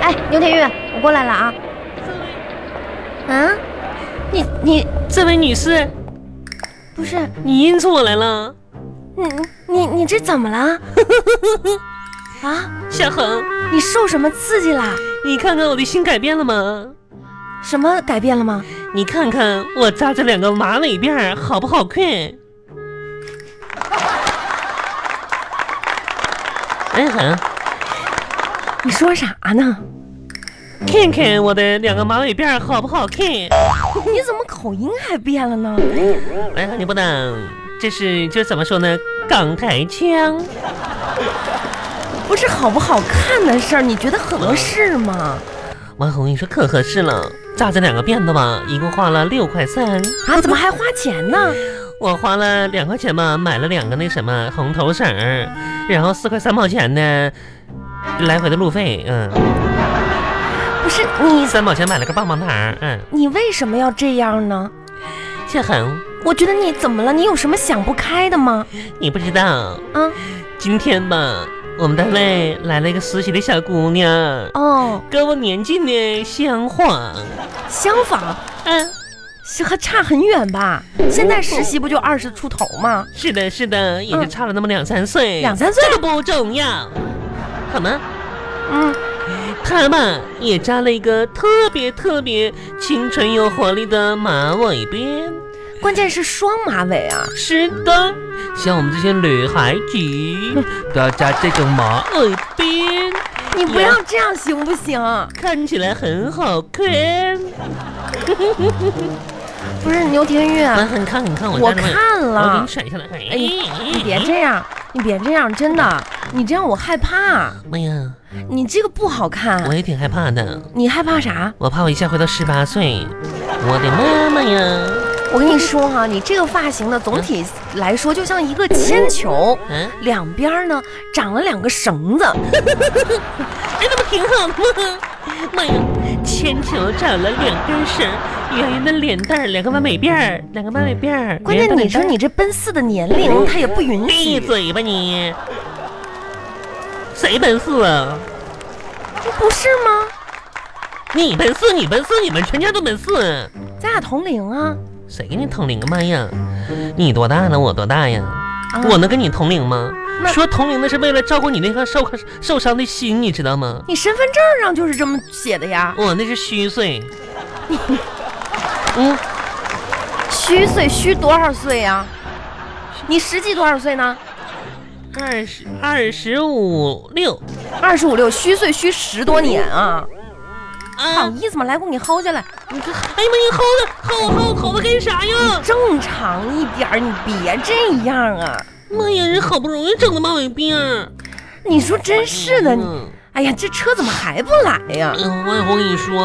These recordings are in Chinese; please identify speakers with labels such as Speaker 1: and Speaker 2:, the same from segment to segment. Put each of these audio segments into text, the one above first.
Speaker 1: 哎，牛天玉，我过来了啊。啊，你你
Speaker 2: 这位女士，
Speaker 1: 不是
Speaker 2: 你认出我来了，
Speaker 1: 你你你这怎么了？ 啊，
Speaker 2: 小恒，
Speaker 1: 你受什么刺激啦？
Speaker 2: 你看看我的心改变了吗？
Speaker 1: 什么改变了吗？
Speaker 2: 你看看我扎这两个马尾辫儿好不好看？哎恒，
Speaker 1: 你说啥呢？
Speaker 2: 看看我的两个马尾辫儿好不好看？
Speaker 1: 你怎么口音还变了呢？
Speaker 2: 哎呀，你不能，这是就怎么说呢？港台腔。
Speaker 1: 不是好不好看的事儿，你觉得合适吗？
Speaker 2: 王红，你说可合适了，扎这两个辫子吧，一共花了六块三。
Speaker 1: 啊，怎么还花钱呢？
Speaker 2: 我花了两块钱吧，买了两个那什么红头绳儿，然后四块三毛钱呢，来回的路费，嗯，
Speaker 1: 不是你
Speaker 2: 三毛钱买了个棒棒糖儿，嗯，
Speaker 1: 你为什么要这样呢？
Speaker 2: 谢恒，
Speaker 1: 我觉得你怎么了？你有什么想不开的吗？
Speaker 2: 你不知道，
Speaker 1: 啊，
Speaker 2: 今天吧，我们单位来了一个实习的小姑娘，
Speaker 1: 哦，
Speaker 2: 跟我年纪呢相仿，
Speaker 1: 相仿
Speaker 2: 嗯，
Speaker 1: 是和差很远吧？现在实习不就二十出头吗？
Speaker 2: 是的，是的，也就
Speaker 1: 嗯
Speaker 2: 差了那么两三岁，
Speaker 1: 两三岁
Speaker 2: 这个不重要，好吗？
Speaker 1: 嗯，
Speaker 2: 他吧也扎了一个特别特别清纯有活力的马尾辫。
Speaker 1: 关键是双马尾啊，
Speaker 2: 是的，像我们这些女孩子都要扎这种马尾辫，
Speaker 1: 你不要这样行不行？
Speaker 2: 看起来很好看。
Speaker 1: 不是牛天玉，啊
Speaker 2: 来，你嗯看，你看，我
Speaker 1: 我
Speaker 2: 扎这么
Speaker 1: 看
Speaker 2: 我给
Speaker 1: 了
Speaker 2: 你，甩下来。哎
Speaker 1: 哎你别这样，你别这样，真的，你这样我害怕，
Speaker 2: 妈哎呀，
Speaker 1: 你这个不好看
Speaker 2: 我，也挺害怕的，
Speaker 1: 你害怕啥？
Speaker 2: 我怕我一下回到十八岁。我的妈妈呀！
Speaker 1: 我跟你说哈、你这个发型呢，总体来说就像一个铅球，
Speaker 2: 嗯、啊，
Speaker 1: 两边儿呢长了两个绳子，
Speaker 2: 哎，那不挺好的吗？妈呀，铅球长了两根绳，圆圆的脸蛋儿，两个马尾辫儿，两个马尾辫儿。
Speaker 1: 关键
Speaker 2: 圆圆的
Speaker 1: 你
Speaker 2: 脸
Speaker 1: 说
Speaker 2: 蛋儿
Speaker 1: 你这奔四的年
Speaker 2: 嗯
Speaker 1: 龄，他也不允许。
Speaker 2: 闭嘴吧你！谁奔四啊？
Speaker 1: 不是吗？
Speaker 2: 你奔四，你奔四，你们全家都奔四。
Speaker 1: 咱俩同龄
Speaker 2: 嗯
Speaker 1: 啊！
Speaker 2: 谁跟你同龄啊？妈呀，你多大了？我多大呀？
Speaker 1: 啊
Speaker 2: 我能跟你同龄吗？
Speaker 1: 那
Speaker 2: 说同龄那是为了照顾你那颗受受伤的心，你知道吗？
Speaker 1: 你身份证上就是这么写的呀，
Speaker 2: 我那是虚岁。嗯，
Speaker 1: 虚岁虚多少岁呀？你实际多少岁呢？
Speaker 2: 二十二十五六
Speaker 1: 二十五六，虚岁虚十多年啊！好
Speaker 2: 啊！
Speaker 1: 意思吗？来，给你薅下来，
Speaker 2: 你看，哎呀妈，你吼的吼吼吼的干啥呀？
Speaker 1: 正常一点儿，你别这样啊！
Speaker 2: 妈呀，人好不容易整的马尾辫儿。
Speaker 1: 你说真是的，你
Speaker 2: 嗯
Speaker 1: 哎呀，这车怎么还不来呀？
Speaker 2: 嗯，万红，我跟你说，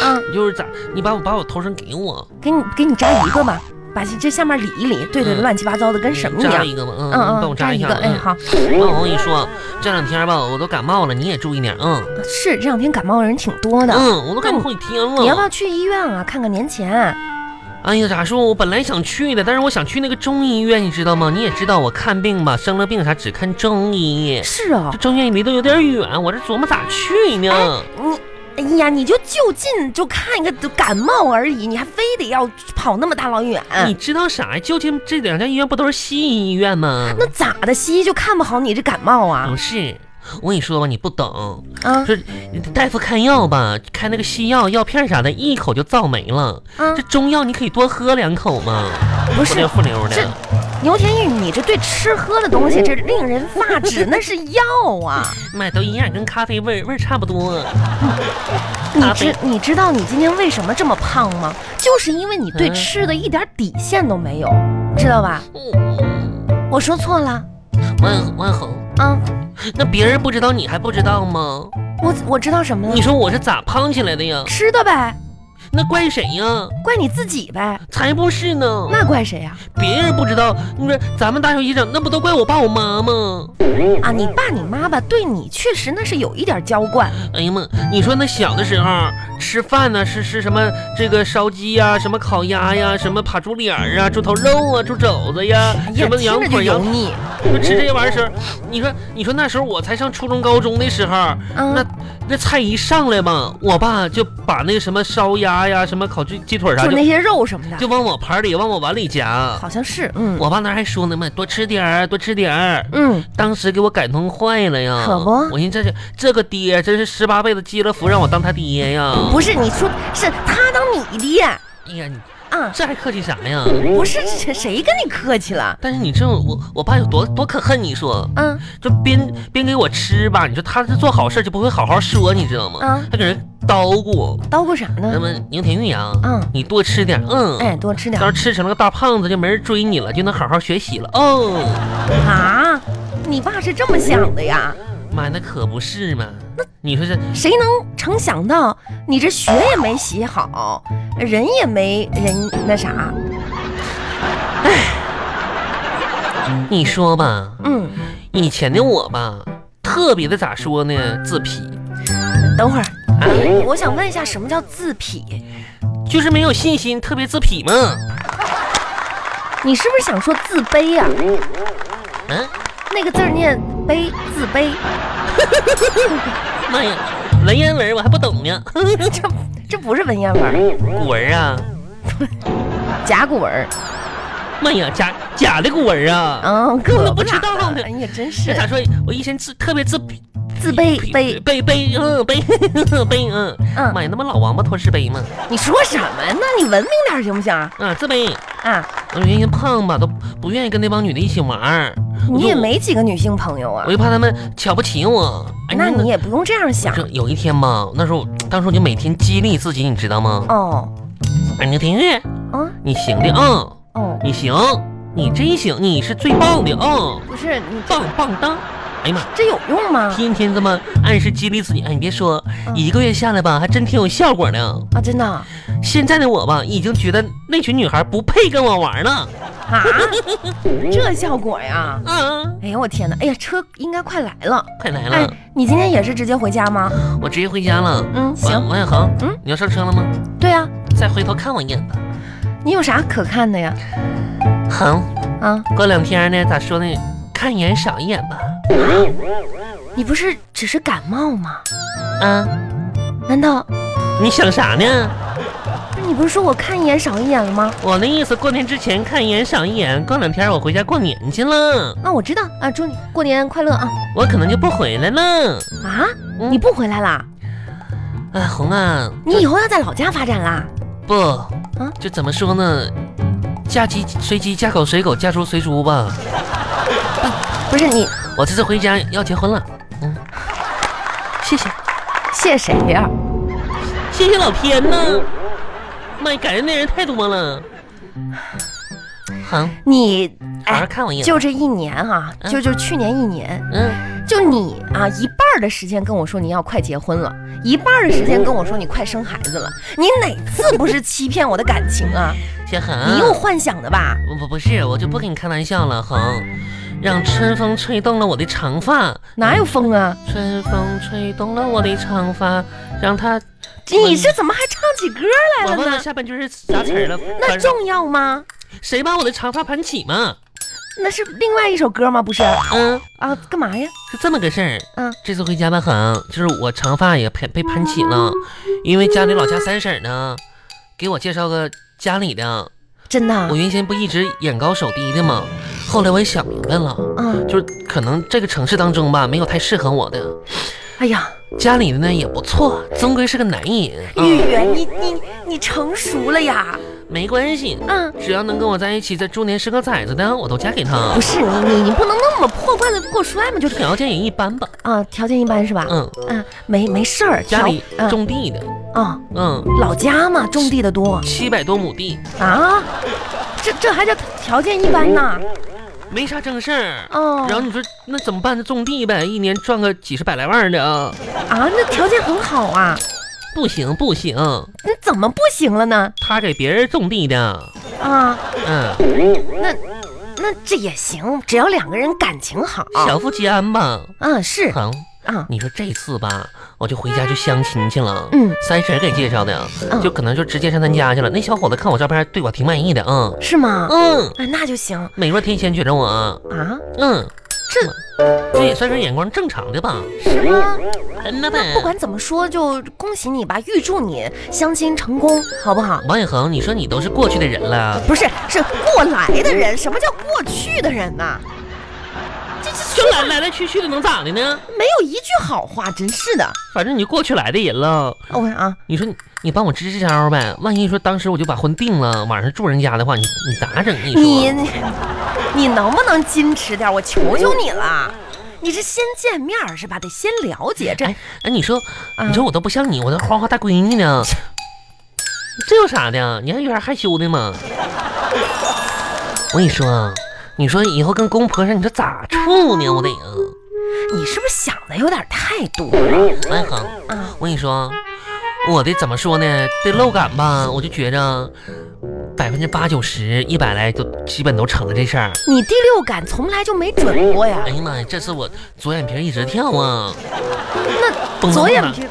Speaker 1: 啊，
Speaker 2: 就是咋，你把我把我头绳给我，
Speaker 1: 给你给你扎一个吧，把这下面理一理，对对，
Speaker 2: 嗯
Speaker 1: 乱七八糟的，跟什么一
Speaker 2: 扎
Speaker 1: 样
Speaker 2: 一？个吧，
Speaker 1: 嗯
Speaker 2: 嗯，你帮我
Speaker 1: 嗯，
Speaker 2: 扎
Speaker 1: 扎
Speaker 2: 一
Speaker 1: 一
Speaker 2: 下，
Speaker 1: 个，哎，
Speaker 2: 嗯。
Speaker 1: 好，
Speaker 2: 万红，我跟你说，这两天吧，我都感冒了，你也注意点，嗯
Speaker 1: 是这两天感冒的人挺多的，
Speaker 2: 嗯，我都感冒好几天了。
Speaker 1: 你要不要去医院啊？看看年前。
Speaker 2: 哎呀，咋说？我本来想去的，但是我想去那个中医院，你知道吗？你也知道我看病吧，生了病啥只看中医，
Speaker 1: 是哦
Speaker 2: 这，中医院离得有点远，我这琢磨咋去呢？
Speaker 1: 你，哎呀，你就就近就看一个感冒而已，你还非得要跑那么大老远？
Speaker 2: 你知道啥呀？究竟这两家医院不都是西医医院吗？
Speaker 1: 那咋的？西医就看不好你这感冒啊
Speaker 2: 不？是，我跟你说吧，你不懂。
Speaker 1: 啊
Speaker 2: 说大夫开药吧，开那个西药药片啥的，一口就造没了。
Speaker 1: 啊
Speaker 2: 这！中药你可以多喝两口嘛，
Speaker 1: 不
Speaker 2: 不
Speaker 1: 是
Speaker 2: 溜不溜的
Speaker 1: 这。牛天玉，你这对吃喝的东西，这令人发 指，那是药啊！
Speaker 2: 妈，都一样，跟咖啡味儿味儿差不多。
Speaker 1: 你
Speaker 2: 咖啡
Speaker 1: 知你知道你今天为什么这么胖吗？就是因为你对
Speaker 2: 嗯
Speaker 1: 吃的一点底线都没有，知道吧？
Speaker 2: 嗯
Speaker 1: 我说错了
Speaker 2: 万万恒，
Speaker 1: 啊！
Speaker 2: 那别人不知道，你还不知道吗？
Speaker 1: 我我知道什么了
Speaker 2: 你？说我是咋胖起来的呀？
Speaker 1: 吃的呗。
Speaker 2: 那怪谁呀？
Speaker 1: 怪你自己呗。
Speaker 2: 才不是呢！
Speaker 1: 那怪谁啊呀、
Speaker 2: 别人不知道，你说咱们大小姨整，那不都怪我爸我妈吗？
Speaker 1: 啊？你爸你妈吧，对你确实那是有一点娇惯，
Speaker 2: 哎呀妈，你说那小的时候吃饭呢、是是什么这个烧鸡呀、什么烤鸭呀、什么扒猪脸儿啊、猪头肉啊、猪肘子呀、
Speaker 1: 哎呀
Speaker 2: 什么
Speaker 1: 听
Speaker 2: 羊
Speaker 1: 着就
Speaker 2: 腿
Speaker 1: 油
Speaker 2: 羊
Speaker 1: 腻。
Speaker 2: 就吃这些玩意儿时候，你说你说那时候我才上初中高中的时候，那
Speaker 1: 嗯，
Speaker 2: 那菜一上来嘛，我爸就把那个什么烧鸭呀、什么烤鸡鸡腿啥
Speaker 1: 就
Speaker 2: 就
Speaker 1: 那些肉什么的，
Speaker 2: 就往我盘里往我碗里夹。
Speaker 1: 好像是，嗯
Speaker 2: 我爸那还说呢嘛，多吃点儿，多吃点儿。
Speaker 1: 嗯，
Speaker 2: 当时给我感动坏了呀！
Speaker 1: 可不
Speaker 2: 我寻思这是这个爹真是十八辈子积了福，让我当他爹呀！
Speaker 1: 不是，你说是他当你爹
Speaker 2: 哎呀，你
Speaker 1: 啊？
Speaker 2: 这还客气啥呀？
Speaker 1: 不是，这谁跟你客气了？
Speaker 2: 但是你这我我爸有多多可恨？你说，
Speaker 1: 嗯，
Speaker 2: 就边边给我吃吧，你说他是做好事就不会好好说，你知道吗？
Speaker 1: 啊
Speaker 2: 他搁人叨咕，
Speaker 1: 叨咕啥
Speaker 2: 那
Speaker 1: 呢？
Speaker 2: 么牛田玉阳，
Speaker 1: 嗯
Speaker 2: 你多吃点，嗯，
Speaker 1: 哎，多吃点
Speaker 2: 到时候吃成了个大胖子就没人追你了，就能好好学习了。哦，
Speaker 1: 啊！你爸是这么想的呀？
Speaker 2: 妈，那可不是嘛！你说这
Speaker 1: 谁能成想到你这学也没习好，人也没人那啥？
Speaker 2: 你说吧，
Speaker 1: 嗯，
Speaker 2: 以前的我吧，特别的咋说呢，自痞，
Speaker 1: 等会儿
Speaker 2: 啊，
Speaker 1: 我想问一下，什么叫自痞？
Speaker 2: 就是没有信心，特别自痞嘛。
Speaker 1: 你是不是想说自卑呀、
Speaker 2: 嗯、
Speaker 1: 那个字儿念卑，自卑。
Speaker 2: 妈呀，文言文我还不懂呢。
Speaker 1: 这这不是文言文儿，
Speaker 2: 古文啊，
Speaker 1: 甲骨文儿。
Speaker 2: 妈呀，假假的古文啊，
Speaker 1: 嗯，
Speaker 2: 本
Speaker 1: 可
Speaker 2: 不知
Speaker 1: 咋
Speaker 2: 道
Speaker 1: 的
Speaker 2: 呢
Speaker 1: 哎呀，真
Speaker 2: 这
Speaker 1: 是
Speaker 2: 咋说？我以前自特别自痞，
Speaker 1: 自卑卑。
Speaker 2: 卑卑嗯卑 卑嗯，
Speaker 1: 嗯，
Speaker 2: 妈呀，那不老王八拖是卑吗？
Speaker 1: 你说什么呢？你文明点儿行不行啊？
Speaker 2: 啊，自卑。
Speaker 1: 啊，
Speaker 2: 我原先胖吧，都不愿意跟那帮女的一起玩儿，我
Speaker 1: 你
Speaker 2: 就
Speaker 1: 也，没几个女性朋友啊
Speaker 2: 我，就怕他们瞧不起我。哎
Speaker 1: 那
Speaker 2: 真的
Speaker 1: 你也不用这样想
Speaker 2: 这有一天吧，那时候当时我就每天激励自己，你知道吗？
Speaker 1: 哦。
Speaker 2: 哎，牛廷玉，
Speaker 1: 啊
Speaker 2: 你行的啊、嗯
Speaker 1: 哦，
Speaker 2: 你行，你真行，你是最棒的啊、嗯
Speaker 1: 不是你这
Speaker 2: 棒棒当！哎呀
Speaker 1: 这有用
Speaker 2: 妈，
Speaker 1: 吗？
Speaker 2: 天天这么暗示激励自己，哎，你别说，
Speaker 1: 嗯
Speaker 2: 一个月下来吧，还真挺有效果呢。
Speaker 1: 啊，真的啊？
Speaker 2: 现在的我吧，已经觉得那群女孩不配跟我玩了。
Speaker 1: 啊 这效果呀？
Speaker 2: 啊，
Speaker 1: 哎呀，我天哪！哎呀，车应该快来了。
Speaker 2: 快来了，
Speaker 1: 哎，你今天也是直接回家吗？
Speaker 2: 我直接回家了。
Speaker 1: 嗯，
Speaker 2: 王
Speaker 1: 行。
Speaker 2: 王小恒，
Speaker 1: 嗯
Speaker 2: 你要上车了吗？
Speaker 1: 对啊，
Speaker 2: 再回头看我一眼吧。
Speaker 1: 你有啥可看的呀？
Speaker 2: 恒，
Speaker 1: 啊，
Speaker 2: 过两天呢，咋说呢？看一眼少一眼吧。
Speaker 1: 你不是只是感冒吗？
Speaker 2: 啊，
Speaker 1: 嗯难道
Speaker 2: 你想啥呢？
Speaker 1: 不是你不是说我看一眼少一眼了吗？
Speaker 2: 我那意思，过年之前看一眼少一眼，过两天我回家过年去了，
Speaker 1: 啊，我知道啊，祝你过年快乐啊！
Speaker 2: 我可能就不回来了。
Speaker 1: 啊，
Speaker 2: 嗯
Speaker 1: 你不回来啦？
Speaker 2: 哎，红啊，
Speaker 1: 你啊以后要在老家发展啦？
Speaker 2: 不，就怎么说呢？嫁鸡随鸡，嫁狗随狗，嫁猪随猪吧。
Speaker 1: 不是你
Speaker 2: 我这次回家要结婚了，嗯，谢谢，
Speaker 1: 谢谁呀？
Speaker 2: 谢谢老天呐！妈呀，感恩的人太多了。好，
Speaker 1: 你
Speaker 2: 好好
Speaker 1: 哎，
Speaker 2: 看我一眼。
Speaker 1: 就这一年啊，
Speaker 2: 嗯
Speaker 1: 就就去年一年，
Speaker 2: 嗯，
Speaker 1: 就你啊，一半儿的时间跟我说你要快结婚了，一半儿的时间跟我说你快生孩子了，你哪次不是欺骗我的感情啊？
Speaker 2: 小恒，
Speaker 1: 你又幻想的吧？
Speaker 2: 不不不是，我就不跟你开玩笑了，恒。让春风吹动了我的长发，
Speaker 1: 哪有风啊？
Speaker 2: 春风吹动了我的长发，让它
Speaker 1: 你这怎么还唱起歌来
Speaker 2: 我忘
Speaker 1: 了
Speaker 2: 了
Speaker 1: 呢？嗯
Speaker 2: 下半句是啥词儿了。
Speaker 1: 那重要吗？
Speaker 2: 谁把我的长发盘起嘛？
Speaker 1: 那是另外一首歌吗？不是啊？
Speaker 2: 嗯，
Speaker 1: 干嘛呀？
Speaker 2: 是这么个事儿。
Speaker 1: 嗯，
Speaker 2: 这次回家吧，很就是我长发也被被盘起了，
Speaker 1: 嗯
Speaker 2: 因为家里老家三婶儿呢，给我介绍个家里的。
Speaker 1: 真的啊
Speaker 2: 我？原先不一直眼高手低的嘛，后来我也想明白了，
Speaker 1: 嗯，
Speaker 2: 就是可能这个城市当中吧，没有太适合我的。
Speaker 1: 哎呀，
Speaker 2: 家里的呢也不错，终归是个男人。
Speaker 1: 玉
Speaker 2: 嗯，
Speaker 1: 圆，你你你成熟了呀？
Speaker 2: 没关系，
Speaker 1: 嗯，
Speaker 2: 只要能跟我在一起，在猪年生个崽子的，我都嫁给他
Speaker 1: 不。是你你你不能那么破罐子破摔嘛，就是
Speaker 2: 条件也一般吧，
Speaker 1: 啊，条件一般是吧？
Speaker 2: 嗯，
Speaker 1: 嗯，没没事儿，
Speaker 2: 家
Speaker 1: 条
Speaker 2: 里
Speaker 1: 嗯
Speaker 2: 种地的，
Speaker 1: 啊，
Speaker 2: 嗯，
Speaker 1: 老家嘛，种地的多
Speaker 2: 七百多亩地，
Speaker 1: 啊，这这还叫条件一般呢？
Speaker 2: 没啥正事儿。
Speaker 1: 哦
Speaker 2: 然后你说那怎么办呢？种地呗，一年赚个几十百来万的啊。
Speaker 1: 啊，那条件很好啊，
Speaker 2: 不行不行，
Speaker 1: 你怎么不行了呢？
Speaker 2: 他给别人种地的，
Speaker 1: 啊，
Speaker 2: 嗯，
Speaker 1: 那这也行，只要两个人感情好。
Speaker 2: 小富即安吧。
Speaker 1: 嗯，是
Speaker 2: 成，
Speaker 1: 啊，
Speaker 2: 你说这次吧，我就回家就相亲去了。
Speaker 1: 嗯，
Speaker 2: 三婶儿给介绍的
Speaker 1: 嗯，
Speaker 2: 就可能就直接上咱家去了。那小伙子看我照片，对我挺满意的，嗯
Speaker 1: 是吗？
Speaker 2: 嗯，
Speaker 1: 啊，那就行
Speaker 2: 美若天仙觉着我啊，
Speaker 1: 啊，
Speaker 2: 嗯，
Speaker 1: 这
Speaker 2: 这也算是眼光正常的吧？
Speaker 1: 是吗？
Speaker 2: 嗯呐
Speaker 1: 那不管怎么说，就恭喜你吧，预祝你相亲成功，好不好？
Speaker 2: 王永恒，你说你都是过去的人了，
Speaker 1: 不是，是过来的人，什么叫过去的人呐、这这
Speaker 2: 就来来来去去的，能咋的呢？
Speaker 1: 没有一句好话，真是的。
Speaker 2: 反正你就过去来的人了。
Speaker 1: 我看啊，
Speaker 2: 你说你你帮我支支招呗，万一说当时我就把婚定了，晚上住人家的话，你你咋整？你说
Speaker 1: 你你能不能矜持点？我求求你了。你是先见面儿是吧？得先了解这
Speaker 2: 哎哎，你说
Speaker 1: 啊
Speaker 2: 你说我都不像你，我都花花大闺女呢，这有啥的？你还有点害羞的嘛？ 我跟你说啊，你说以后跟公婆上，你说咋处呢？我得啊，
Speaker 1: 你是不是想的有点太多了
Speaker 2: 王一恒，
Speaker 1: 啊？
Speaker 2: 我跟你说，我的怎么说呢？对漏感吧，我就觉着百分之八九十、一百来都基本都成了这事儿。
Speaker 1: 你第六感从来就没准过呀
Speaker 2: 哎。呀妈呀，这次我左眼皮儿一直跳啊，
Speaker 1: 那
Speaker 2: 蹦啊
Speaker 1: 左
Speaker 2: 蹦
Speaker 1: 眼
Speaker 2: 了
Speaker 1: 皮儿，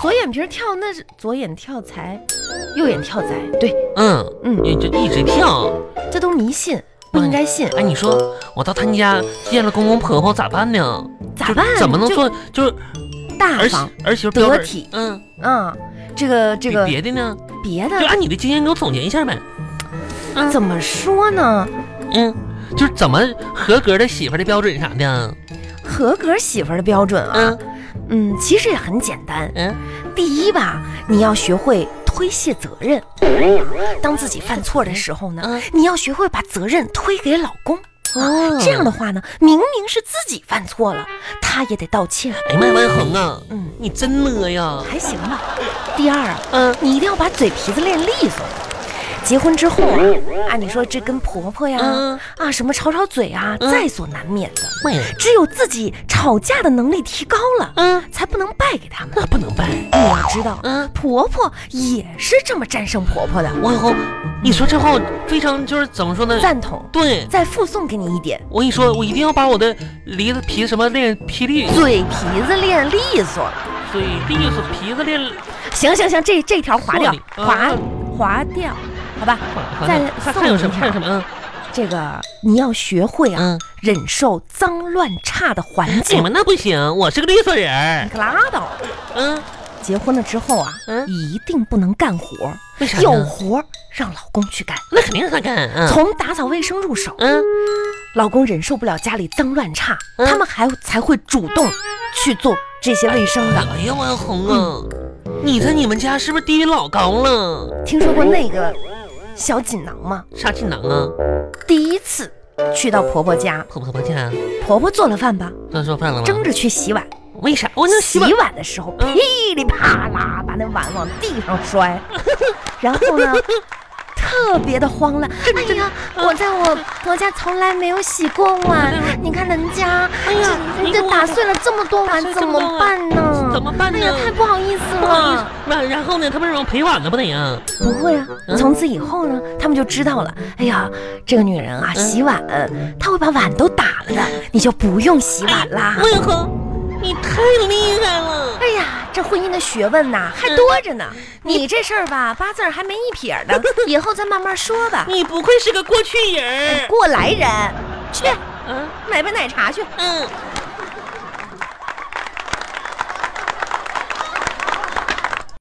Speaker 1: 左眼皮儿跳，那是左眼跳财，右眼跳财，对，
Speaker 2: 嗯
Speaker 1: 嗯
Speaker 2: 也就一直跳。
Speaker 1: 这都迷信，不应该信。
Speaker 2: 哎，你说我到他家见了公公婆婆咋办呢？
Speaker 1: 咋办？
Speaker 2: 怎么能
Speaker 1: 就
Speaker 2: 做就是
Speaker 1: 大
Speaker 2: 儿媳
Speaker 1: 方
Speaker 2: 儿媳妇
Speaker 1: 得
Speaker 2: 标准
Speaker 1: 体？
Speaker 2: 嗯，
Speaker 1: 啊？这个这
Speaker 2: 比
Speaker 1: 个嗯
Speaker 2: 别的呢，
Speaker 1: 别
Speaker 2: 就哎
Speaker 1: 的
Speaker 2: 按你的经验给我总结一下呗。
Speaker 1: 怎么说呢？
Speaker 2: 嗯，就是怎么合格的媳妇儿的标准啥的。
Speaker 1: 合格媳妇儿的标准啊
Speaker 2: 嗯，
Speaker 1: 嗯，其实也很简单。
Speaker 2: 嗯，
Speaker 1: 第一吧，你要学会推卸责任。当自己犯错的时候呢
Speaker 2: 嗯，
Speaker 1: 你要学会把责任推给老公。啊
Speaker 2: 哦
Speaker 1: 这样的话呢，明明是自己犯错了，他也得道歉。
Speaker 2: 哎呀妈呀，万恒啊，
Speaker 1: 嗯
Speaker 2: 你真呢呀？
Speaker 1: 还行吧。第二啊，
Speaker 2: 嗯
Speaker 1: 你一定要把嘴皮子练利索。结婚之后啊，啊，你说这跟婆婆呀，
Speaker 2: 嗯
Speaker 1: 啊，什么吵吵嘴啊，
Speaker 2: 嗯
Speaker 1: 在所难免的。
Speaker 2: 妈呀，
Speaker 1: 只有自己吵架的能力提高了，
Speaker 2: 嗯，
Speaker 1: 才不能败给他们。
Speaker 2: 那不能办。
Speaker 1: 你要知道，
Speaker 2: 嗯，
Speaker 1: 婆婆也是这么战胜婆婆的。
Speaker 2: 王永红，你说这话我非常就是怎么说呢？
Speaker 1: 赞同，
Speaker 2: 对，
Speaker 1: 再附送给你一点，
Speaker 2: 我跟你说，我一定要把我的梨子皮什么练霹雳，
Speaker 1: 嘴皮子练利索。
Speaker 2: 嘴利索，皮子练
Speaker 1: 行行行，这这条划掉
Speaker 2: 说，你嗯
Speaker 1: 划划掉，好吧？再
Speaker 2: 还还还有什么？还有什么？嗯
Speaker 1: 这个你要学会啊，
Speaker 2: 嗯，哎
Speaker 1: 忍受脏乱差的环
Speaker 2: 你
Speaker 1: 境。
Speaker 2: 们那不行，我是个利索人
Speaker 1: 你
Speaker 2: 儿。
Speaker 1: 可拉倒！
Speaker 2: 嗯，
Speaker 1: 结婚了之后啊，
Speaker 2: 嗯
Speaker 1: 一定不能干活，
Speaker 2: 为啥呢
Speaker 1: 有活儿让老公去干，
Speaker 2: 那肯定让他干。嗯
Speaker 1: 从打扫卫生入手。
Speaker 2: 嗯，
Speaker 1: 老公忍受不了家里脏乱差，
Speaker 2: 嗯
Speaker 1: 他们还才会主动去做这些卫生的。
Speaker 2: 哎呀，王红啊，
Speaker 1: 嗯
Speaker 2: 你在你们家是不是地位老高了？
Speaker 1: 听说过那个小锦囊吗？
Speaker 2: 啥锦囊啊？
Speaker 1: 第一次去到婆婆家，
Speaker 2: 婆婆婆家
Speaker 1: 婆婆做了饭吧，
Speaker 2: 做做啊饭了吗？
Speaker 1: 争着去洗碗。
Speaker 2: 为啥？嗯哦我那洗
Speaker 1: 洗
Speaker 2: 碗。
Speaker 1: 碗的时候，
Speaker 2: 嗯
Speaker 1: 噼里啪啦把那碗往地上 摔，然后呢，特别的慌乱。哎呀，我在我婆家从来没有洗过碗，你看人家，
Speaker 2: 哎呀
Speaker 1: 这
Speaker 2: 嗯你
Speaker 1: 这
Speaker 2: 给我
Speaker 1: 打碎了这么多碗，
Speaker 2: 打碎
Speaker 1: 怎
Speaker 2: 这么多
Speaker 1: 么办呢？
Speaker 2: 啊怎么办呢嗯
Speaker 1: 哎呀，太不好意思
Speaker 2: 不好意思
Speaker 1: 了。，
Speaker 2: 然然后呢？他们让我赔碗了不得啊？
Speaker 1: 不会啊，
Speaker 2: 嗯
Speaker 1: 从此以后呢，他们就知道了。哎呀，这个女人啊，洗碗，她会把碗都打了的，你就不用洗碗啦。
Speaker 2: 王永红，你太厉害了！
Speaker 1: 哎呀，这婚姻的学问呐、还多着呢。你这事儿吧，八字儿还没一撇儿呢，以后再慢慢说吧。
Speaker 2: 你不愧是个过去人儿。
Speaker 1: 过来人，去
Speaker 2: 嗯
Speaker 1: 买杯奶茶去。
Speaker 2: 嗯，